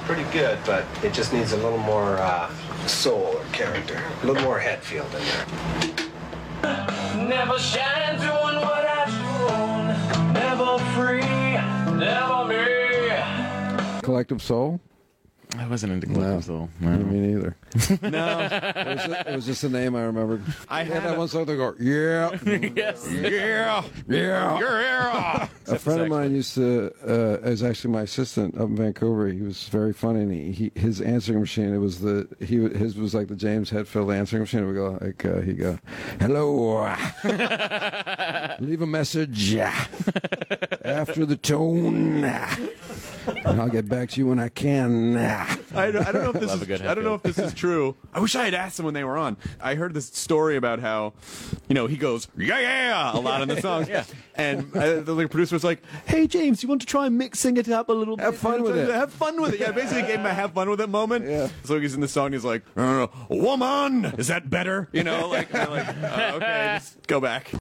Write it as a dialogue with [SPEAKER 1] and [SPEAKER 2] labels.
[SPEAKER 1] pretty good, but it just needs a little more uh, soul or character, a little more Hetfield in there.
[SPEAKER 2] Never shine doing what I do. Never free, never me.
[SPEAKER 3] Collective Soul?
[SPEAKER 4] I wasn't into collective soul.
[SPEAKER 3] I
[SPEAKER 4] No.
[SPEAKER 3] Me neither.
[SPEAKER 4] no.
[SPEAKER 3] It was, just, it was just a name I remember.
[SPEAKER 4] I
[SPEAKER 3] had
[SPEAKER 4] had
[SPEAKER 3] that
[SPEAKER 4] a-
[SPEAKER 3] one song they go, yeah,
[SPEAKER 4] yes. Yeah.
[SPEAKER 3] yeah.
[SPEAKER 4] Yeah.
[SPEAKER 3] A friend of mine used to, uh, is actually my assistant up in Vancouver. He was very funny, and he, he his answering machine. It was the he w- his was like the James Hetfield answering machine. We go like uh, he go, hello, leave a message uh, after the tone, and I'll get back to you when I can.
[SPEAKER 5] I, I don't know if this
[SPEAKER 4] Love
[SPEAKER 5] is,
[SPEAKER 4] a good
[SPEAKER 5] I don't know if
[SPEAKER 4] Hatfield.
[SPEAKER 5] this is true. I wish I had asked them when they were on. I heard this story about how, you know, he goes yeah yeah a lot in the songs.
[SPEAKER 4] Yeah.
[SPEAKER 5] And I, the like, producer was like, "Hey James, you want to try mixing it up a little?
[SPEAKER 3] Have
[SPEAKER 5] bit?
[SPEAKER 3] fun with it."
[SPEAKER 5] Have fun with it." Yeah, basically gave him a have fun with it moment.
[SPEAKER 3] Yeah.
[SPEAKER 5] So he's in the song. He's like, "I don't know, woman, is that better?" You know, like, I'm like, "Oh, okay, just go back.